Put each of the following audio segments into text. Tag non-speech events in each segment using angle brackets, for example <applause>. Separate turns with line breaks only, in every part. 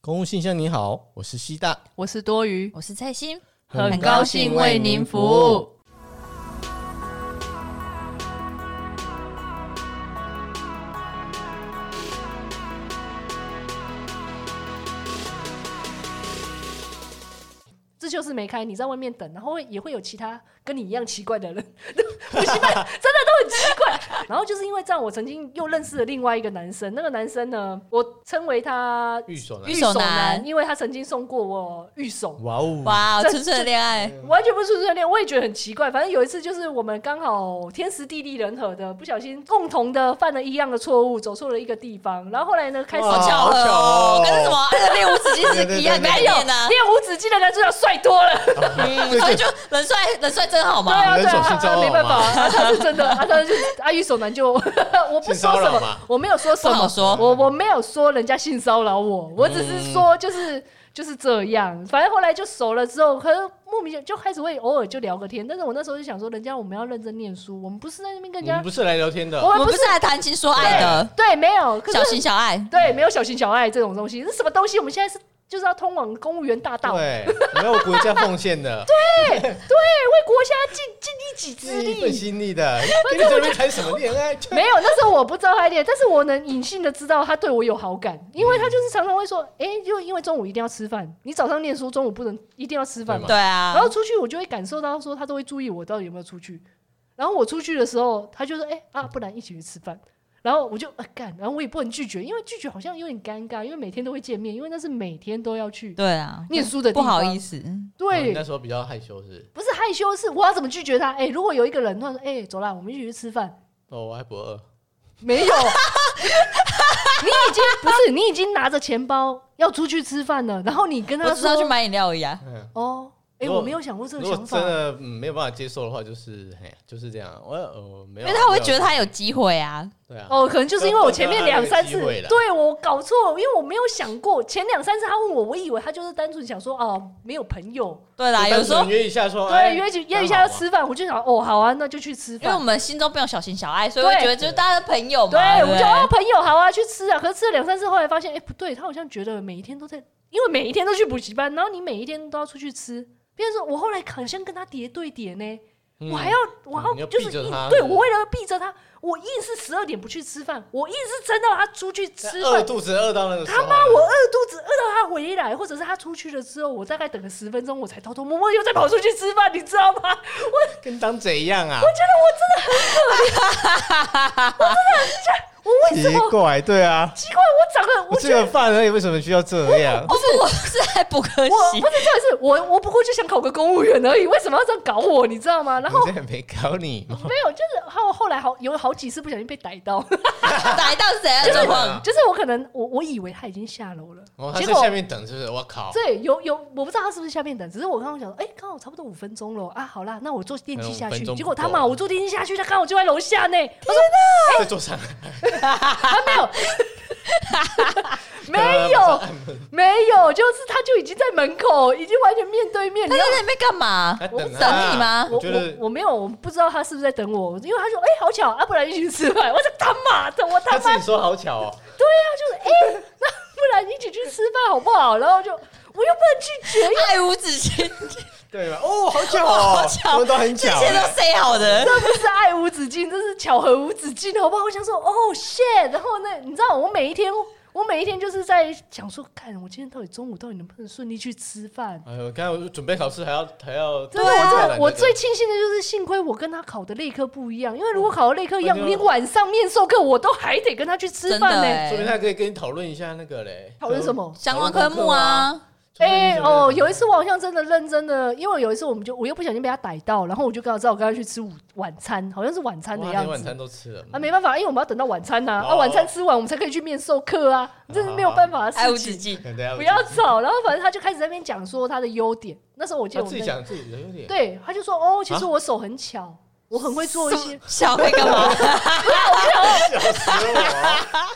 公务信箱，你好，我是西大，
我是多余，
我是蔡心，
很高兴为您服务。。
这就是没开，你在外面等，然后也会有其他跟你一样奇怪的人， <laughs> 补习班真的都很奇怪。然后就是因为这样，我曾经又认识了另外一个男生，那个男生呢，我称为他
玉手男
玉，手男
因为他曾经送过我玉手。
哇哦，
哇，
这
纯纯的恋爱，
完全不是纯恋，我也觉得很奇怪。反正有一次就是我们刚好天时地利人和的，不小心共同的犯了一样的错误，走错了一个地方。然后后来呢，开始
哇
好巧合哦，跟什么那个练武指金是一样概念啊呢？
练无止境的男主角帅多了。
对
所
嗯
以
对
就人帅人帅真好
对
嘛，
啊，对
人手
啊，
性骚扰
没办法，
嘛
啊，他是真的，啊，他就是 <laughs> 阿玉手男就，我不
性
说
骚
什
扰嘛
么，我没有说什
不好
么，
说
我我没有说人家性骚扰我，我只是说就是、就是这样，反正后来就熟了之后，可能莫名就开始会偶尔就聊个天，但是我那时候就想说，人家我们要认真念书，我们不是在那边跟人
我们嗯
家，
不是啊来聊天的，
我
我
们
们
不
不
是
是来谈情说爱的，
对没有，可
小
是
情小爱，
对没有小情小爱这种东西，是什么东西？我们现在是就是要通往公务员大道，哎
对，没有国家奉献
<laughs>
的，
为国家尽尽一己之
一
力，
份心力的，跟你在那边谈什么恋爱？
<laughs> 没有，那时候我不知道他恋，但是我能隐性的知道他对我有好感，因为他就是常常会说，哎、就因为中午一定要吃饭，你早上念书，中午不能一定要吃饭嘛。
对啊
然，后出去我就会感受到说，他都会注意我到底有没有出去。然后我出去的时候，他就说，哎、啊，不然一起去吃饭。然后我就呃干、然后我也不能拒绝，因为拒绝好像有点尴尬，因为每天都会见面，因为那是每天都要去
对啊，
念书的
不
地方。
好意，思，
哦
对
你那，时候比较害羞是不是？
不是害羞，是我要怎么拒绝他？哎、如果有一个人他说，哎、走啦，我们一起去吃饭，
哦，我还不饿，
没 <laughs> 有，你已经不是你已经拿着钱包要出去吃饭了，然后你跟
我
他
只是要
说
去买饮料而已啊。
嗯。
哦，哎、
如果
我没有想过这
如
个
果
想
真
法，
的嗯没有办法接受的话，就是嘿，就是这样。我呃没
因
有，
为他会
没有
觉得他有机会啊，
对啊，
哦，可能就是因为我前面两三次
都都没有机会啦
对我搞错，因为我没有想过前两三次他问我，我以为他就是单纯想说哦没有朋友，
对啦，
就单
有时候
纯约一下说，哎
对约起约一下要，吃饭，我就想哦好啊，那就去吃
因为我
饭。
们心中没有小情小爱，所以会
对
觉得就是大家的朋
啊
友嘛，
对，
对
我
不
们
对，
就哦朋友好啊，去吃啊。可是吃了两三次，后来发现，哎、不对，他好像觉得每一天都在，因为每一天都去补习班，然后你每一天都要出去吃。变成说我后来好像跟他叠对叠呢，
嗯
我还要我还
你要
要就是
逼着
硬
他
对
是不是
我为了逼着他，我硬是十二点不去吃饭，我硬是撑到他出去吃
饿
饭。
肚子饿到那个时候
他妈，我饿肚子，饿到他回来，或者是他出去了之后，我大概等个十分钟，我才偷偷摸摸又再跑出去吃饭，你知道吗？
跟当贼一样啊，
我为
奇
什么
怪，对啊，
奇怪？我长得
我
我
吃
觉得
个饭而已，为什么需要这样？
哦，不，我是来补个
我
习 <laughs>
不，是，这是我，我不过就想考个公务员而已，为什么要这样搞我？你知道吗？然后哦
你这没搞你吗？
没有，就是后后来好有好几次不小心被逮到， <laughs>
逮到谁啊？状况
就是我可能我我以为他已经下楼了，
哦，他
结
在
果
下面等，是不是？我靠，
对有有我不知道他是不是下面等，只是我刚刚想说，哎、刚好差不多五分钟了啊，好啦，那我坐电梯
嗯
下
五分
去，
钟不
结果他
够
妈
了
我坐电梯下去，他刚好就在楼下呢，他说
在桌上
他没
<laughs>
有。没有，没有，就是他就已经在门口，已经完全面对面。你
他
知道
在那里面干嘛？
<laughs> 在
等
等啊
你吗？
我
我
觉得
我我没有，我不知道他是不是在等我，因为他说哎、好巧啊，不然一起去吃饭。我说他妈的，我
他
他妈
自
对
己说好巧哦，
啊，就是哎、那不然一起去吃饭好不好？然后就我又不能拒绝，
爱无止境，
对吧？哦，好
<laughs>
巧哦，我们都很巧
这，些都 say 好的，
这不是爱无止境，这是巧合无止境，好不好？我想说哦 shit，然后呢，你知道我每一天。我每一天就是在想说，看我今天到底中午到底能不能顺利去吃饭？
哎呦，刚才我准备考试还要还要，
真的，我真
再来
的，啊我
啊这个
最庆幸的就是幸亏我跟他考的那科不一样，因为如果考的那科一样，
哎呦
连晚上面授课我都还得跟他去吃
真的
饭呢、
哎
说明，他可以跟你讨论一下那个嘞，
讨论什么
相关科
讨
目啊，
论
哎、
什么啊？
哦，有一次我好像真的认真的，因为有一次我们就我又不小心被他逮到，然后我就跟他知道我跟他去吃午晚餐，好像是晚餐的
哇
样
连晚
子
餐。都吃了
啊，没办法，因为我们要等到晚餐呐、啊，
哦
晚餐吃完我们才可以去面授课啊，这是没有办法的
哎
爱
事
无止
情。
<laughs>
境。
可能要
不要吵，然后反正他就开始在那边讲说他的优点。那时候我记
他
得我
自己
们在
讲自己的优点，
对，他就说哦，其实
啊
我手很巧，我很会做一些
小会干
<laughs>
嘛？
笑死我，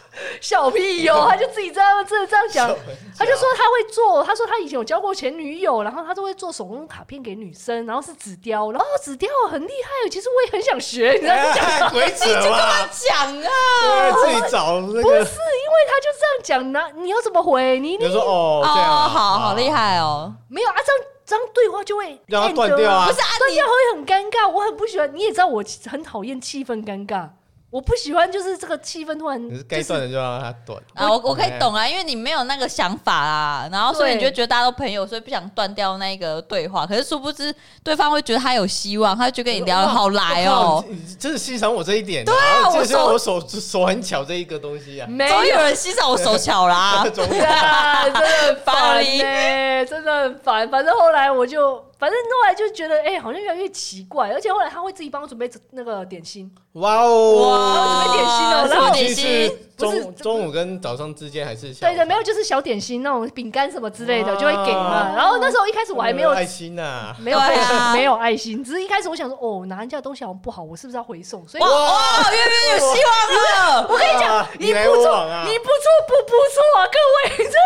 小屁
<laughs>
哟、他就自己这样这这样讲
笑，很
他就说他会做，他说他以前有交过前女友，然后他都会做手工卡片给女生，然后是纸雕，然后纸雕很厉害，其实我也很想学，你
哎
知道吗？ <laughs>
假，鬼扯
你就跟
吧
他，讲啊！
对自己找那
不是因
个
为他就这样讲，那你要怎么回？你
就
你
说哦
哦，
这样啊，
好好厉
害，
害哦！
没有啊？这样这样对话就会
让它
end
断掉啊
不是啊，
断
你
掉会很尴尬，我很不喜欢。你也知道，我很讨厌气氛尴尬，我不喜欢就是这个气氛突然
你是
就
该
是
断的就让它断
啊，我我可以懂啊，因为你没有那个想法啊，然后所以
对
你就觉得大家都朋友，所以不想断掉那个对话。可是殊不知，对方会觉得他有希望，他就跟你聊得好来哦
哇。你你真的欣赏我这一点，对啊
我
这是
手
我手手很巧这一个东西啊，。
没
总
有
有人欣赏我手巧啦
<laughs> 总有
啊，真的很
巴
烦
黎
呢、 <laughs> 真的很烦。反正后来我就，反正后来就觉得，哎、好像越来越奇怪，而且后来他会自己帮我准备那个点心，
哇哦，
哇准备点心哦然后
点心。
不是
中中午跟早上之间还是下午
对的，没有就是小点心那种饼干什么之类的
哇
就会给嘛。然后那时候一开始我还没有
哦爱心呐，
没有
对啊
没有爱心，只是一开始我想说，哦，拿人家的东西好像不好，我是不是要回送？所以
哇哇，越越有希望啊了。
我跟你讲
哇，
你
啊你来
不
我
错，
往啊
你不错不不错啊，各位，这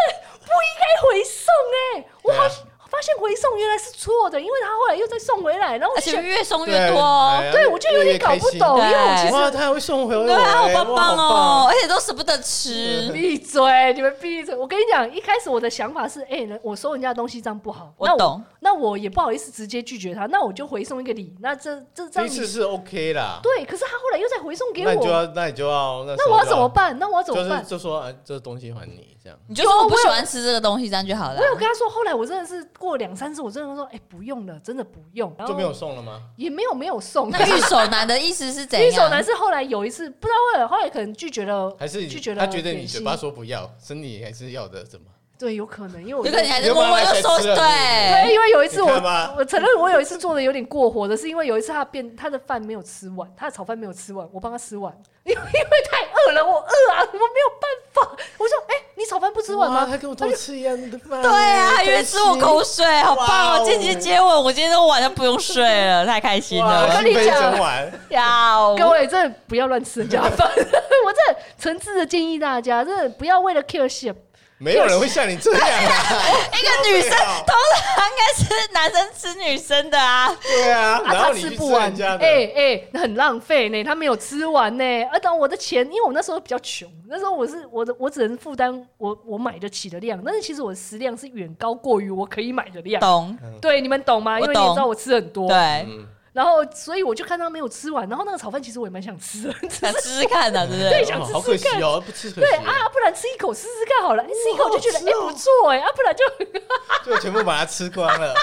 不应该回送哎、我好
对啊
像发现回送原来是错的，因为他后来又再送回来，然后
<laughs>
我
而
就
且
想，
越送
对
越多哦。
哎呀
对我就有点搞不懂，
越来越开
因
心
为我其实
哇，他还会送回我，
对啊，
哎
好棒棒哦，！而且都舍不得
对
吃。
<laughs> 闭嘴，你们闭嘴！我跟你讲，一开始我的想法是，哎、人我收人家的东西这样不好，
我
那
懂，
那我也不好意思直接拒绝他，那我就回送一个礼，那这这这
棒
样
第一次是 OK 啦，
对，可是他后来又再回送给
那你就
我，
要那你就要那时
那
候
我要
就
怎么办？那我要怎么
就是
办？
就说啊这东西还你这样，
你就说我不喜欢吃这个东西，这样就好了
我。有跟他说，后来我真的是过两三次，我真的说，哎、不用了，真的不用，然后
就没有送了吗？
也没有没有送。 <laughs>
那啊御守男的意思是怎
一手男
样？
是后来有一次不知道为了，后来可能拒绝了，
还是
拒绝了
他觉得你
点
嘴
心
巴说不要，身体还是要的，怎么？
对，有可能，因为
有
我
可能你还是
有没
默
有
默就收
来吃了
对
对，。因为有一次
哎你看
我
吧
我承认我有一次做的有点过火的，是因为有一次他变他的饭没有吃完，他的炒饭没有吃完，我帮他吃完，因为因为太饿了，我饿啊，我没有办法。 <laughs> 我说，哎、你炒饭不吃完
哇
吗？
他跟我偷吃一样的饭，
对啊，还以为
为
吃我口水，好棒
哇
哦！
哦
间接接吻，我今天都晚上不用睡了，太开心
哇，
了
跟你
心扉
讲
整晚，
呀！
<laughs> 各位，真的不要乱吃人家的饭， <laughs> 我真的诚挚的建议大家，真的不要为了 kill ship
没有人会像你这样啊，
一个哎女生
受不了
通常应该是男生吃女生的啊，
对啊，
啊，
然
他
后你
吃
去
不
吃
完
人，家的，
哎哎，那很浪费呢，他没有吃完呢。而当我的钱，因为我那时候比较穷，那时候我是我的，我只能负担我我买得起的量，但是其实我的食量是远高过于我可以买的量。
懂？
对，你们懂吗？
我
因为你也
懂
知道我吃很多，
对，
嗯，
然后所以我就看他没有吃完，然后那个炒饭其实我也蛮想
<laughs>
吃的，
想试试看啊的，对不对？
想吃
好可惜哦，不吃可
对
惜，
啊，不然吃一口试试看好了，你吃一口就觉得哎、不错哎、啊，不然
<laughs>
就
就全部把它吃光了。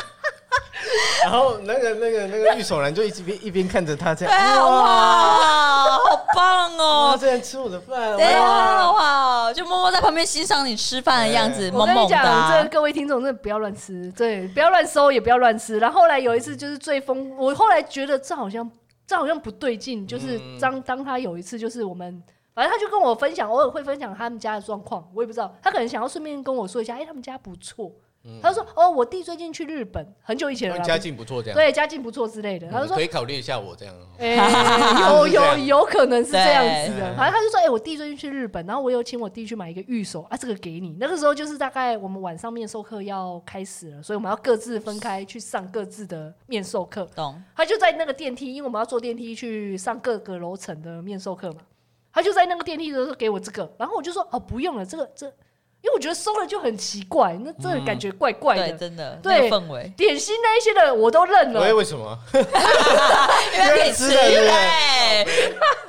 然后那个那个那个玉手男就一直边一边看着他这
对啊，
样，
哇，好棒
哇，
哦！
这样吃我的饭，
对
哇，
啊，哇，就默默在旁边欣赏你吃饭的样子，
我
萌
跟你
萌的
讲，这
啊。
各位听众真的不要乱吃，对，不要乱收，也不要乱吃。然后后来有一次就是最疯，我后来觉得这好像这好像不对劲，就是
嗯
当、当他有一次就是我们。反正他就跟我分享，偶尔会分享他们家的状况，我也不知道。他可能想要顺便跟我说一下，哎、他们家不错。
嗯
他就说，哦，我弟最近去日本，很久以前了
哦
啦，
家境不错，这样，
对家境不错之类的。他就
嗯
说
可，以考虑一下我这样哦。
<laughs> 哎、有有有可能是这样子的
对，
反正他就说，哎、我弟最近去日本，然后我有请我弟去买一个玉手啊，这个给你。那个时候就是大概我们晚上面授课要开始了，所以我们要各自分开去上各自的面授课。
懂？
他就在那个电梯，因为我们要坐电梯去上各个楼层的面授课嘛，他就在那个电梯的时候给我这个，然后我就说，哦，不用了，这个这，因为我觉得收了就很奇怪，那这个感觉怪怪
对，
的。
真的，那
对
个氛围，
点心那一些的我都认了，
喂，为什么？啊
因为可以吃，
因为吃的对不
对。哎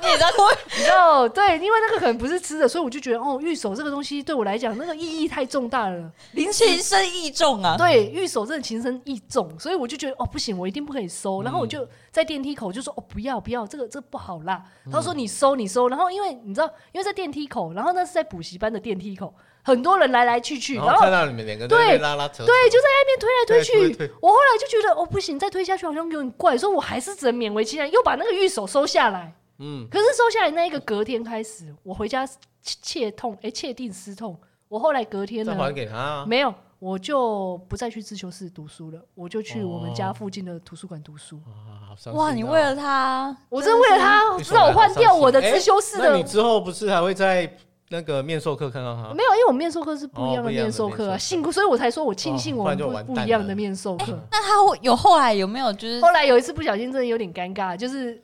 你也知道我
你知道，对，因为那个可能不是吃的，所以我就觉得哦，玉手这个东西对我来讲，那个意义太重大了。
林情深意重 <laughs> 啊，
对，玉手真的情深意重，所以我就觉得哦，不行，我一定不可以收。然后我就在电梯口就说哦，不要不要，这个这个不好啦。
嗯
他说你收你收，然后因为你知道，因为在电梯口，然后那是在补习班的电梯口，很多人来来去去，
然
然
后看
后。
到你们两个在
对
那边拉拉扯扯，
对，就在那边推来推
对
去。
推推
我后来就觉得，哦，不行，再推下去好像有点怪，所以我还是只能勉为其难，又把那个玉手收下来。
嗯，
可是收下来那一个隔天开始，我回家切切痛，哎、切定思痛。我后来隔天
再
呢，
还给他啊。
没有，我就不再去自修室读书了，我就去我们
哦
家附近的图书馆读书。
啊好伤心哦
哇，你为了他，
我真的为了他，让我换掉我的自修
哎
室
那
的。
你之后不是还会在那个面授课看到他？
没有，因为我面授课是不一样
哦不
的
一样的
面授课啊，
面授课
幸亏，所以我才说我庆幸
哦
我
不然
们
就
不
完蛋
不
了
一样的面授课。
那他会有后来有没有就是
<laughs> 后来有一次不小心，真的有点尴尬，就是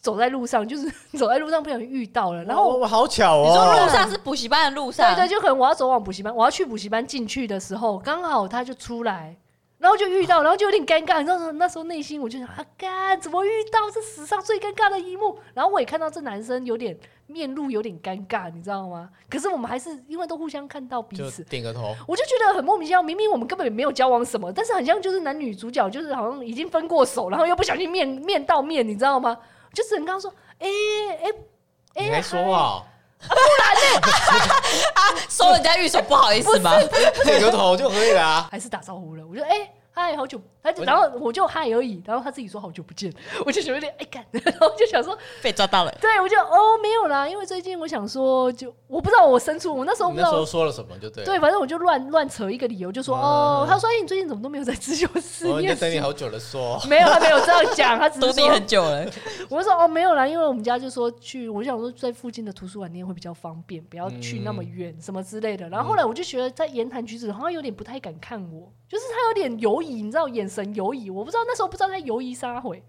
走在路上，就是 <laughs> 走在路上不小心遇到了，然后
我我好巧
你说
哦
路，上是补习班的路上，
对对，就可能我要走往补习班，我要去补习班进去的时候，刚好他就出来，然后就遇到，然后就有点尴尬。你知道那时候内心我就想啊，干怎么遇到这史上最尴尬的一幕？然后我也看到这男生有点面露有点尴尬，你知道吗？可是我们还是因为都互相看到彼
就
此。
点个头，
我就觉得很莫名其妙，明明我们根本也没有交往什么，但是很像就是男女主角，就是好像已经分过手，然后又不小心面面到面，你知道吗？就只能刚说，哎、哎、哎，
你还说啊
嗨
话
收人家玉手不好意思吗？
哎
哦，点个头就可以了啊。
还是打招呼了。我就哎、嗨，好久，他就然后我就嗨而已，然后他自己说好久不见， <laughs> 我就觉得有点哎干， <laughs> 然后就想说，
<laughs> 被抓到了，
对我就哦没有啦，因为最近我想说，就我不知道我生出 <laughs> 我那时候不
你
知
那时
道
候。说了什么就对了，
对，反正我就乱乱扯一个理由，就说
嗯
哦，他说哎，你最近怎么都没有在自修室
我
念
在
书
等？哦你好久了，说
<laughs> 没有，他啊没有这样讲，他只
躲
是
你
说，
很久了，
我就说哦，没有啦，因为我们家就说去，我就想说在附近的图书馆念会比较方便，不要去那么
嗯
远什么之类的。然后后来我就觉得在言谈举止好像有点不太敢看我，就是他有点犹疑，你知道眼神犹疑，我不知道那时候不知道在犹疑啥回。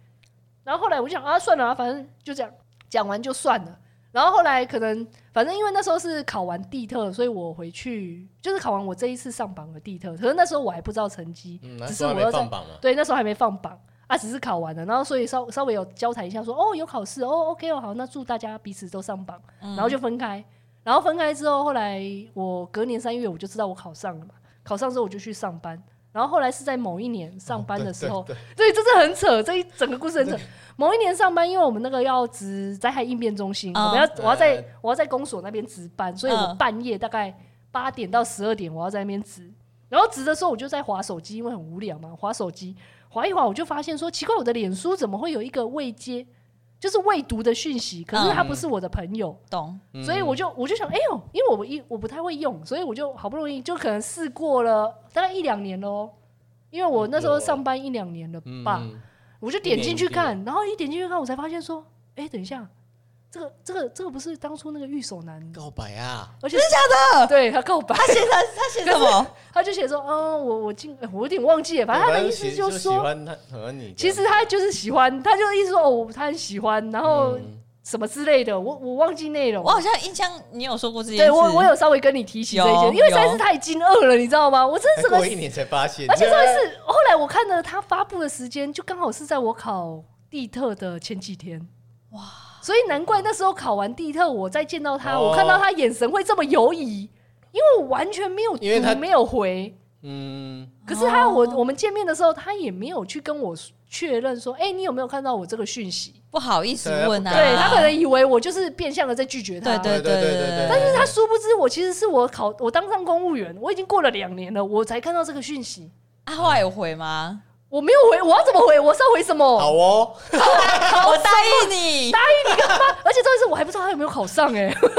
然后后来我就想啊，算了啊，反正就这样，讲完就算了。然后后来可能反正因为那时候是考完地特，所以我回去就是考完我这一次上榜的地特，可是那时候我还不知道成绩，
嗯，那
只
时
是
候还
我
没
要在
放榜嘛，
对，那时候还没放榜啊，只是考完了，然后所以稍稍微有交谈一下说，哦有考试，哦 OK 哦好，那祝大家彼此都上榜，
然
嗯
然后就分开，然后分开之后，后来我隔年三月我就知道我考上了嘛，考上之后我就去上班。然后后来是在某一年上班的时候，
哦对，对
对，这是很扯，这一整个故事很
<laughs>
扯。某一年上班，因为我们那个要值灾害应变中心，
嗯
我们要我要在、
嗯
我要在公所那边值班，所以我
嗯
半夜大概八点到十二点我要在那边值。然后值的时候我就在划手机，因为很无聊嘛，划手机划一划，我就发现说奇怪，我的脸书怎么会有一个未接，就是未读的讯息？可是他
嗯
不是我的朋友，
懂，
对
所以我就我就想，哎呦，因为我一我不太会用，所以我就好不容易就可能试过了大概一两年喽，因为我那时候上班一两年了
哦嗯
吧。
嗯
我就点进去看，然后一点进去看，我才发现说，哎、等一下，这个这个这个不是当初那个御手男，
告白啊，
而且是假的，对他告白，
他写什么？
<laughs> 他就写说，嗯，我我进、哎我有点忘记了，反正他的意思
就
就是
喜
说，
欢他和你这
其
样，
实他就是喜欢，他就意思说，哦，他很喜欢，然后
嗯
什么之类的，我我忘记内容
我。好像印象你有说过这件事，
对我，我有稍微跟你提起这一些，
有
因为实在
有
是太惊愕了，你知道吗？我真
才
的整
过
个
一年才发现，
而且上一次后来我看了他发布的时间，就刚好是在我考地特的前几天。哇！所以难怪那时候考完地特，我再见到他，
哦
我看到他眼神会这么犹疑，因为我完全没有读
因为他
没有回。
嗯，
可是他
哦
我我们见面的时候，他也没有去跟我确认说，哎、你有没有看到我这个讯息？
不好意思问啊，
对他可能以为我就是变相的在拒绝他。
对对对对对，
但是他殊不知，我其实是我考我当上公务员，我已经过了两年了，我才看到这个讯息，
他啊后来有回吗？
我没有回，我要怎么回？我是要回什么？
好哦，
我答应你，去
而且这一次我还不知道他有没有考上哎、 <laughs> 如果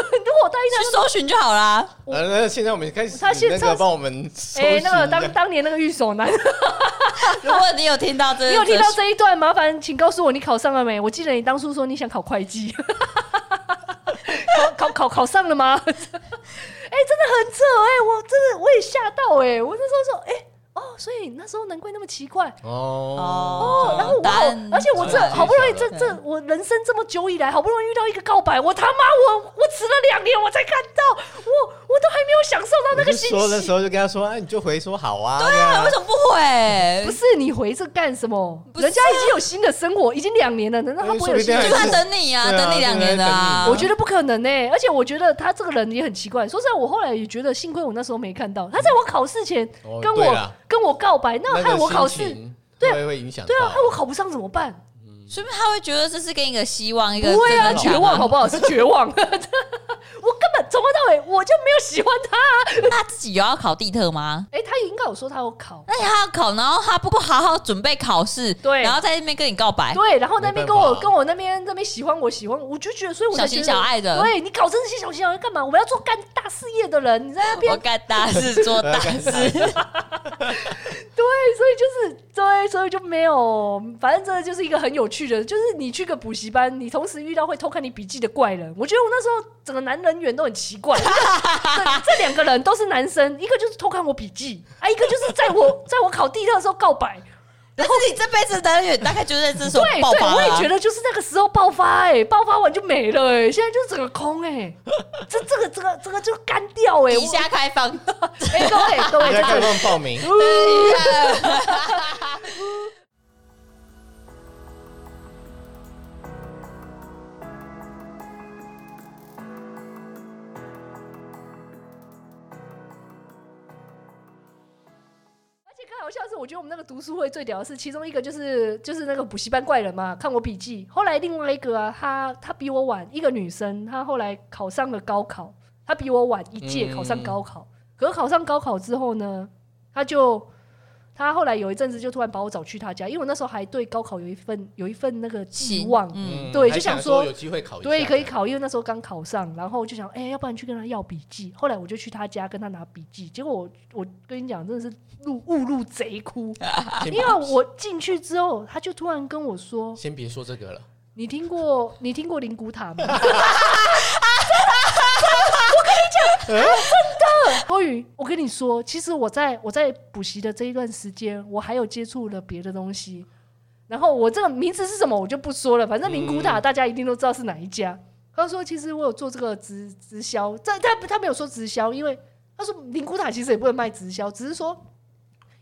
我答应
搜寻就好啦。
呃，那现在我们开始，
他现
那
在
个帮我们
他，
搜
哎、
寻一
那个
下
当当年那个御手男，
<laughs>
<laughs>
如果你有听到这，
你有听到这一段？麻烦请告诉我你考上了没？我记得你当初说你想考会计， <laughs> 考考考考上了吗？哎、 <laughs> 真的很扯哎、我真的我也吓到哎、我那时候说哎、哦，所以那时候难怪那么奇怪。
哦
哦
然后我
答
好
案，
而且我这
答案
好不容易这
揭晓
这
了
我人生这么久以来，好不容易遇到一个告白，我他妈我我迟了两年我才看到，我我都还没有享受到那
我
个
就
信
说
息
的。时候就跟他说，哎，你就回说好啊，
对啊，为什么不回？
不是你回这干什么？
不是啊
人家已经有新的生活，已经两年了，难道他
哎
不会有新的
说
就
生
不定还
在
活？
等你啊，
对啊
等你两年的啊。
对
我觉得不可能呢、而且我觉得他这个人也很奇怪。说实在，我后来也觉得，幸亏我那时候没看到他在我考试前
哦
跟
对
我、
啦
跟我告白，啊那
那
害
个
哎我考
心
试，
情
对啊
会会影响
对啊，
到
害我考不上怎么办？
说明他会觉得这是给你一个希望，一
不
个
会
正
啊，
能量
绝望好不好？是绝 <laughs> 望。我根本从头到尾我就没有喜欢他。
那自己有要考地特吗？
哎、他应该有说他有考，
那他要考，然后他不好好准备考试，
对
然后在那边跟你告白，
对，然后那边跟
没
我
办法啊
跟我那边那边喜欢我喜欢，我就觉得，所以我才
小
觉
情
得
小爱的，
对你搞这些小情小爱干嘛？我们要做干大事业的人，你在那边
我干大事 <laughs> 做
啊
大事，
对，所以就是对，所以就没有，反正这就是一个很有趣的，就是你去个补习班，你同时遇到会偷看你笔记的怪人。我觉得我那时候整个男人缘都很奇怪，这这两个人都是男生，一个就是偷看我笔记，啊，一个就是在我在我考地特的时候告白。
然后你这辈子男友大概就在这时候
对
爆
对，
发
我
了
也
啊、
觉得就是那个时候爆发、哎，爆发完就没了、哎，现在就整个空、哎，这这个这个这个就干掉、哎，
以下开 <laughs> 放，
我哎、各位各位
<laughs> 大家开
真的，
放报名。
而且更好笑的是，我觉得我们那个读书会最屌的是，其中一个就是就是那个补习班怪人嘛，看我笔记。后来另外一个啊，她她比我晚，一个女生，她后来考上了高考，她比我晚一届
嗯
考上高考。可是考上高考之后呢，她就她后来有一阵子就突然把我找去她家，因为我那时候还对高考有一份有一份那个寄
请
望，
嗯，
对
还
就想
想
说
有机会考一下，
对，可以。考，因为那时候刚考上，然后就想，哎、要不然去跟他要笔记。后来我就去他家跟他拿笔记，结果我我跟你讲，真的是入误入贼窟，
<laughs>
因为我进去之后，他就突然跟我说
先别说这个了，：“
你听过你听过灵骨塔吗？”真的，我跟你讲，真的。郭宇，我跟你说，其实我在我在补习的这一段时间，我还有接触了别的东西。然后我这个名字是什么我就不说了，反正灵骨塔大家一定都知道是哪一家。他说其实我有做这个直直销，但他他没有说直销，因为他说灵骨塔其实也不能卖直销，只是说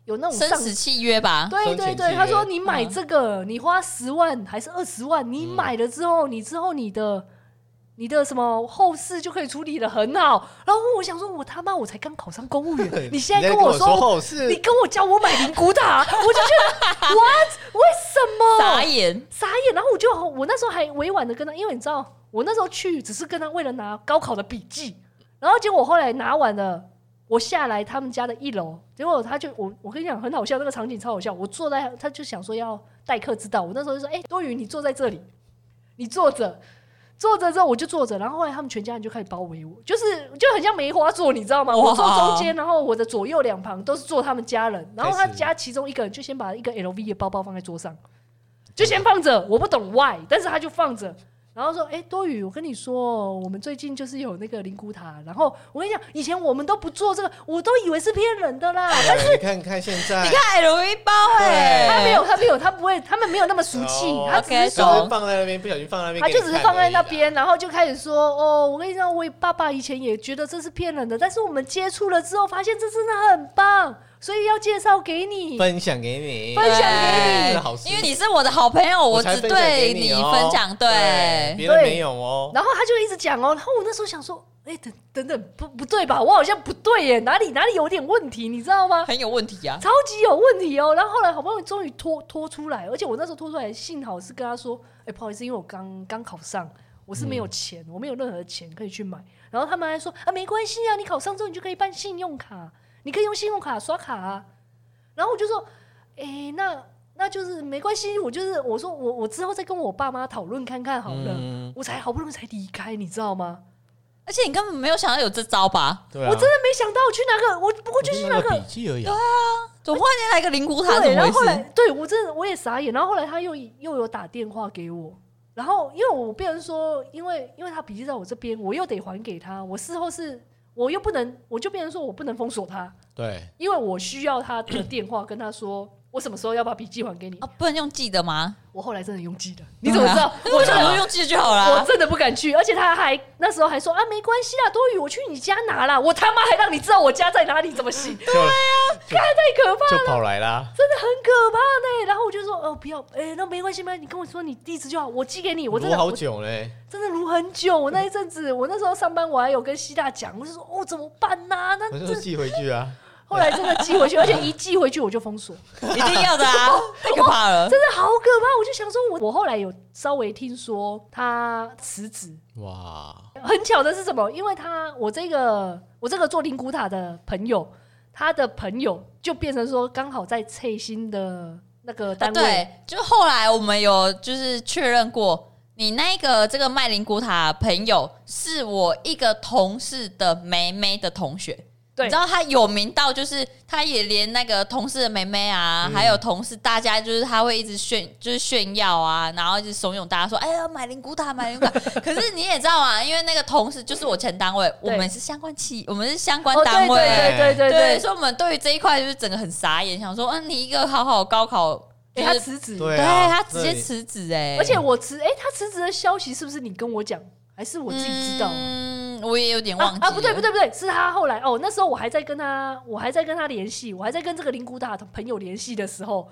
有那种
生
上
死契约吧，
对
生
对
前
对，
契
他
约，
说你买
嗯
这个，你花十万还是二十万，你买了之后，你之后你的你的什么后事就可以处理的很好。然后我想说，我他妈我才刚考上公务员
<laughs>
你现在跟
我
我
说
说，
后事哎
你，跟我叫我买灵骨塔，我就觉得 <laughs> what 为什么？
傻眼，
傻眼，然后我就我那时候还委婉的跟他，因为你知道，我那时候去只是跟他为了拿高考的笔记，然后结果我后来拿完了，我下来他们家的一楼，结果他就我我跟你讲很好笑，那个场景超好笑，我坐在他就想说要待客之道，我那时候就说，哎、多余你坐在这里，你坐着。坐着之后我就坐着，然后后来他们全家人就开始包围我，就是就很像梅花座，你知道吗？
哇
我坐中间，然后我的左右两旁都是坐他们家人，然后他
开始
家其中一个人就先把一个 LV 的包包放在桌上，就先放着，我不懂 why，但是他就放着。然后说：“哎、多余，我跟你说哦，我们最近就是有那个灵骨塔。然后我跟你讲，以前我们都不做这个，我都以为是骗人的啦。
但是你看看现在，
你看 LV 包哎、
他没有，他没有，他不会，他们没有那么俗气，
哦
他只是
OK，
就
说
是放在那边，不小心放在那边
他
给你
就
看而已
只
啦，
是放在那边，然后就开始说：“哦，我跟你讲，我爸爸以前也觉得这是骗人的，但是我们接触了之后，发现这真的很棒，所以要介绍给你。
分享给你，
分享给
这
你
是好事，
因为你是我的好朋友，
我才
只
分享给
对
你哦
分享，对，
别人没有哦，
然后他就一直讲哦，然后我那时候想说：“哎、等等等，不不对吧？我好像不对耶，哪里哪里有点问题，你知道吗？”
很有问题啊。
超级有问题哦。然后后来好不容易终于拖拖出来，而且我那时候拖出来，幸好是跟他说，哎、不好意思，因为我刚刚考上，我是没有钱，
嗯
我没有任何钱可以去买。然后他们还说啊，没关系啊，你考上之后你就可以办信用卡，你可以用信用卡刷卡、啊。然后我就说，哎、那那就是没关系，我就是我说我我之后再跟我爸妈讨论看看好了。
嗯，
我才好不容易才离开，你知道吗？
而且你根本没有想到有这招吧？
对啊，
我真的没想到我去哪个，我不过就
我
去
就
哪
拿
个
个笔记而已啊，
总忽然间来个灵骨塔，怎
对，然
么
后后
回
来
事？
对我真的我也傻眼，然后后来他又又有打电话给我，然后因为我变成说，因为因为他笔记在我这边，我又得还给他，我事后是我又不能，我就变成说我不能封锁他，
对，
因为我需要他的电话跟他说。我什么时候要把笔记还给你？
啊，不能用记的吗？
我后来真的用记的，你怎么知
<laughs>
道？
对啊
我
我
真
想
的
说用记的就好
我
啦。
真的不敢去，而且他还那时候还说啊，没关系啦，多余我去你家拿啦，我他妈还让你知道我家在哪里，怎么行？
对啊，
太可怕
就就跑来啦，
真的很可怕呢。然后我就说，哦，不要，哎、那没关系，没关系，你跟我说你地址就好，我寄给你。我真
读
的，
好
我
久嘞，
真的撸很久。我那一阵子，我那时候上班，我还有跟希大讲，我就说，哦，怎么办呐、那
我就
这
寄回去啊，
<laughs> 后来真的
<laughs>
寄回去，而且一寄回去我就封锁，
一定要的啊，太可怕了。
真的好可怕。我就想说我，我后来有稍微听说他辞职，
哇，
很巧的是什么？因为他我这个我这个做灵骨塔的朋友，他的朋友就变成说刚好在翠新的那个
啊，
单位。
对，就后来我们有就是确认过，你那个这个麦林古塔朋友是我一个同事的妹妹的同学。
对
你知道他有名到就是，他也连那个同事的妹妹啊，
嗯
还有同事大家就是他会一直炫，就是炫耀啊，然后一直怂恿大家说：“哎呀，买灵骨塔，买灵骨塔。” <laughs> 可是你也知道啊，因为那个同事就是我前单位，我们是相关企，我们是相关
哦，
单
对
位，
对对对对
所以我们对于这一块就是整个很傻眼，想说，嗯，你一个好好高考就
哎、
是
他辞职，
对
对
啊，
他直接
那你
辞职哎，
而且我辞，哎、他辞职的消息是不是你跟我讲，还是我自己知道？
嗯，我也有点忘
啊
记
啊，不对
了
不，对不对，是他后来哦，那时候我还在跟他，我还在跟他联系，我还在跟这个灵谷塔的朋友联系的时候，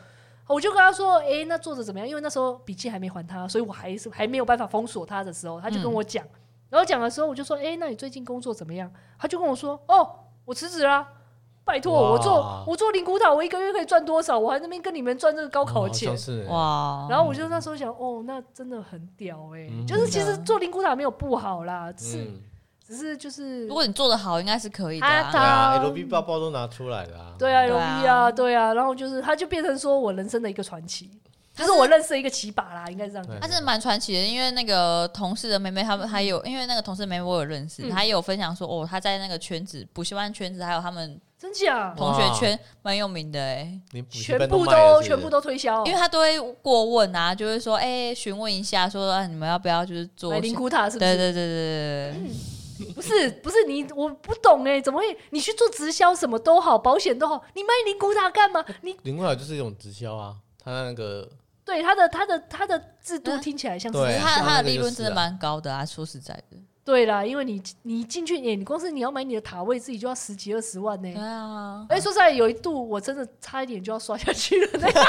我就跟他说，哎、那作者怎么样？因为那时候笔记还没还他，所以我还是还没有办法封锁他的时候，他
嗯
就跟我讲，然后讲的时候我就说，哎、那你最近工作怎么样？他就跟我说，哦，我辞职啦。拜托，
哇
我做我做灵谷塔，我一个月可以赚多少？我还在那边跟你们赚这个高考的钱
好像，是哇，
哇，
然后我就那时候想，哦，那真的很屌哎、
嗯
就是其
真
实
的
做灵骨塔没有不好啦，只是、
嗯，
只是就是
如果你做的好，应该是可以的
他
啊。
对啊
他
，L B 包包都拿出来了啊，
对啊，
对
有
啊
逼啊，对啊，然后就是他就变成说我人生的一个传奇，
他
就是是我认识的一个骑把啦，应啊该是这样讲。
对
他真的蛮传奇的，因为那个同事的妹妹，他们还有，因为那个同事的妹妹我有认识，
嗯
她也有分享说，哦，她在那个圈子补习班圈子，还有他们
真假？
同学圈蛮有名的哎、
你补习
全
班
部
卖了
都
是
全部都推销哦，
因为她都会过问啊，就会说，哎、询问一下说、啊、你们要不要就是做
买灵骨塔是不
对
是？
对对对对对，
不是不是你，我不懂哎，怎么会？你去做直销什么都好，保险都好，你卖灵骨塔干嘛？你
林冠豪就是一种直销啊，他那个
对他的他的他的制度
嗯
听起来像是
对啊
可是她
像
她
那
的
个
利润
就是
真的
啊
蛮高的啊，说实在的，
对啦，因为你你进去，哎，你光是你要买你的塔位，自己就要十几二十万呢、
对啊，
哎、说实在，有一度我真的差一点就要刷下去了。那个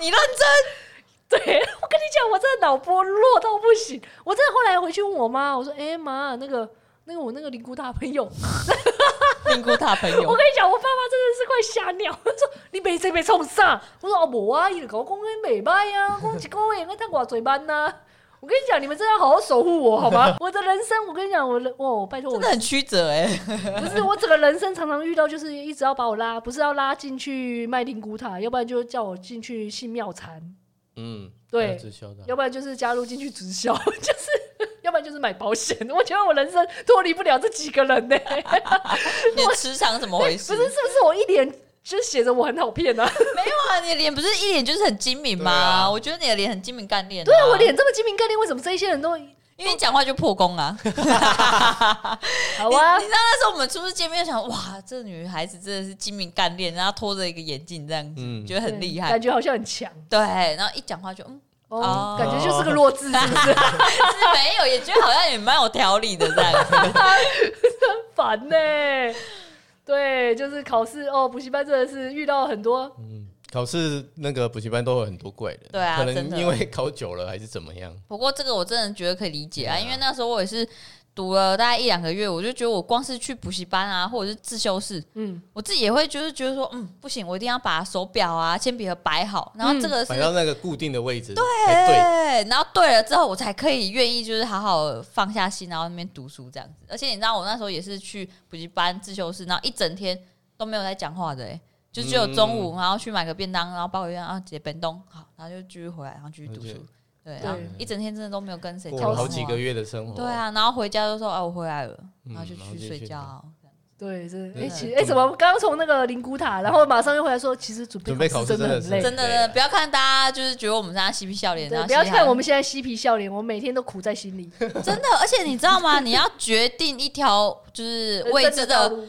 你认真
<laughs> 对，我跟你讲，我真的脑波弱到不行。我真的后来回去问我妈，我说：“哎、妈，那个那个我那个灵姑大
<laughs>
朋友， <laughs> 我
<laughs> 评估她朋友
跟，你讲，我爸妈真的是快吓尿。” <laughs> 他说：“你没这没冲上。”我说：“哦，无啊，伊就跟我讲诶，袂
<laughs>
歹啊，讲一个月我赚偌侪万呐。”我跟你讲，你们真的要好好守护我，好
<laughs>
吗？我的人生，我跟你讲，我的哦，拜托我
真的很曲折哎、
<laughs> 不是我整个人生常常遇到，就是一直要把我拉，不是要拉进去卖灵骨塔，要不然就叫我进去信庙禅，
嗯，
对
还有直销的啊，
要不然就是加入进去直销， <laughs> 就是要不然就是买保险。我觉得我人生脱离不了这几个人呢、
你的磁场怎么回事？
不是，是不是我一脸就是写着我很好骗啊？
哇， <laughs> 你的脸不是一脸就是很精明吗？
对啊
我觉得你的脸很精明干练、
对啊，我，脸这么精明干练，为什么这一些人都
因为你讲话就破功
<laughs>
啊。 <laughs>
好啊
你？知道那时候我们初次见面，想哇，这女孩子真的是精明干练，然后拖着一个眼镜这样子，
嗯
觉得很厉
对
害
感。觉好像很强
对，然后一讲话就
<laughs>
嗯， <laughs> 哦
哦，感觉就是个弱智，是不是？
是没有，也觉得好像也蛮有条理的这样子。
烦呢、对，就是考试哦，补习班真的是遇到很多
嗯，考试那个补习班都有很多怪人，
对啊
可
真的
能因为考久了还是怎么样，
不过这个我真的觉得可以理解啊，因为那时候我也是读了大概一两个月，我就觉得我光是去补习班啊，或者是自修室，
嗯，
我自己也会就是觉得说，嗯，不行，我一定要把手表啊、铅笔盒嗯摆好，然后这个是
摆到那个固定的位置，对对，
对，然后对了之后，我才可以愿意就是好好放下心，然后那边读书这样子。而且你知道，我那时候也是去补习班自修室，然后一整天都没有在讲话的、欸，就只有中午，然后去买个便当，然后包个便当，然后解便当，好，然后就继续回来，然后继续读书。对，然后
对
一整天真的都没有跟谁
过
讲
了
话
好几个。月的生活，
对，啊，然后回家就说：“哎、我回来了。”
嗯
然后就去睡觉啊。
对，真的。哎、
对
其实
对
哎、怎么刚刚从那个灵骨塔，然后马上又回来说，其实准
准
备
备
考
考
试
试
真的很
真的。
累
是
真的，真的不要看大家就是觉得我们在嬉皮笑脸，然
对，
后
不要
嘻哈
看我们现在嬉皮笑脸，我每天都苦在心里。
真的，而且你知道吗？你要决定一条就是未知
人生道
的
路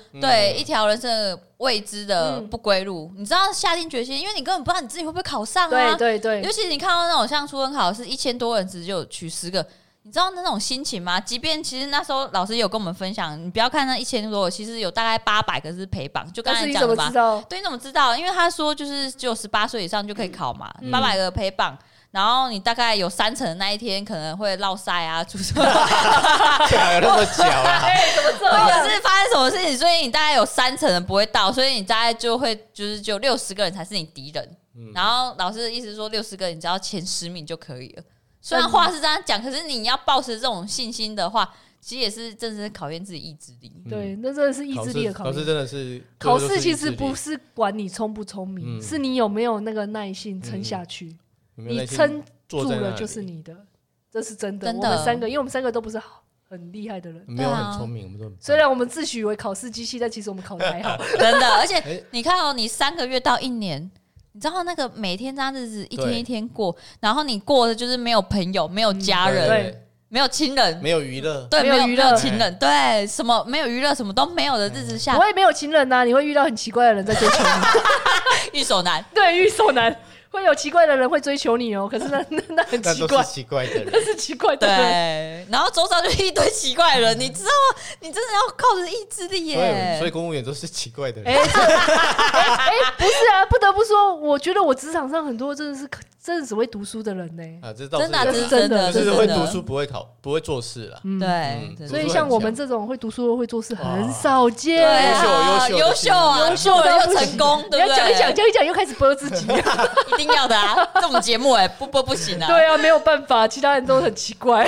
<laughs>
对，
嗯
一条人生的未知的
嗯
不归路，你知道下定决心，因为你根本不知道你自己会不会考上
对
啊。
对对
尤，其你看到那种像初中考试一千多人只有取十个，你知道那种心情吗？即便其实那时候老师有跟我们分享，你不要看那一千多，其实有大概八百个是陪榜，就刚
但
才
是你
讲
怎么
的
知
嘛。 <laughs>
道？
对，你怎么知道？因为他说就是只有十八岁以上就
嗯
可以考嘛，八百、个陪榜。然后你大概有三成的那一天可能会落塞啊，出错，
哪有那么啊巧啦？
<laughs> 哎、怎么这
或
样 <laughs>
者？是发生什么事情，所以你大概有三成人不会到，所以你大概就会就是只有六十个人才是你敌人。
嗯
然后老师的意思是说，六十个人你只要前十名就可以了。虽然话是这样讲，可是你要抱持这种信心的话，其实也是真的是考验自己意志
<laughs>
力。
嗯
对，那真的是意志力的
考
考
试
验。
真的是
考
这个就
试
是
其
意志
实
力
不是管你聪不聪明，
嗯
是你有没有那个耐性撑下去。
有没有
你
耐心
撑
坐
住
在那
了
里
就是，你的，这是真的。
真的
我们三个，因为我们三个都不是好很厉害的人，
没有
对啊
很聪明，我们都很
虽然我们自诩为考试机器，但其实我们考的
<laughs>
还好。
真的，而且
哎
你看哦，你三个月到一年，你知道那个每天这样日子一天
对
一天过，然后你过的就是没有朋友，没有家
嗯对
人，
对
没有亲人，
没有娱乐，
对，
没
没
有
有
娱
娱
乐
乐情人，对，什么没有娱乐，什么都没有的日子
嗯
下
啊我，也没有情人呐、你会遇到很奇怪的人在追求你。
玉手男，
对，预售男会有奇怪的人会追求你哦。可是那 <laughs> 那那 <laughs> 很
那
奇
都
怪
是，奇怪的人。
<laughs> 那是奇怪的人。
对，然后周遭就一堆奇怪人，你知道吗？你真的要靠着意志力耶。
对，所以公务员都是奇怪的
哎、
人。
这哎、哎不是啊，不得不说，我觉得我职场上很多真的是真的只会读书的人呢、
啊，这倒是
真的啊，
有
这
这
是
是真
真
的
的，
就是
这
会
是真
读
的
书，不会考，不会做事啦。
嗯，
对，真的
所以
读书
像
很
我们
强
这种会读书又会做事
哇
很少见。
对啊
优秀
优秀啊，
优秀
做人
到不
又
行
成功，
你
对
要
不对？
啊讲一讲，讲一讲，又开始播自己。
一定要的啊！这种节目哎、不播不行啊！
<laughs> 对啊，没有办法，其他人都很奇怪。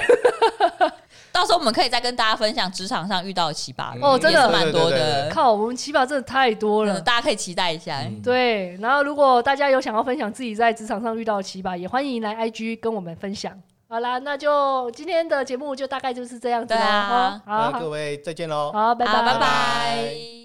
到时候我们可以再跟大家分享职场上遇到的奇葩人
哦真的
也是蛮多
对对对
的，
<laughs> 靠，我们奇葩真的太多
嗯
了。
大家可以期待一下。哎
嗯
对，然后如果大家有想要分享自己在职场上遇到的奇葩，也欢迎来 IG 跟我们分享。好啦，那就今天的节目就大概就是这样子
对
啦。
啊
哦好
好，各位再见喽。
好，好，拜
好拜
拜
拜拜
拜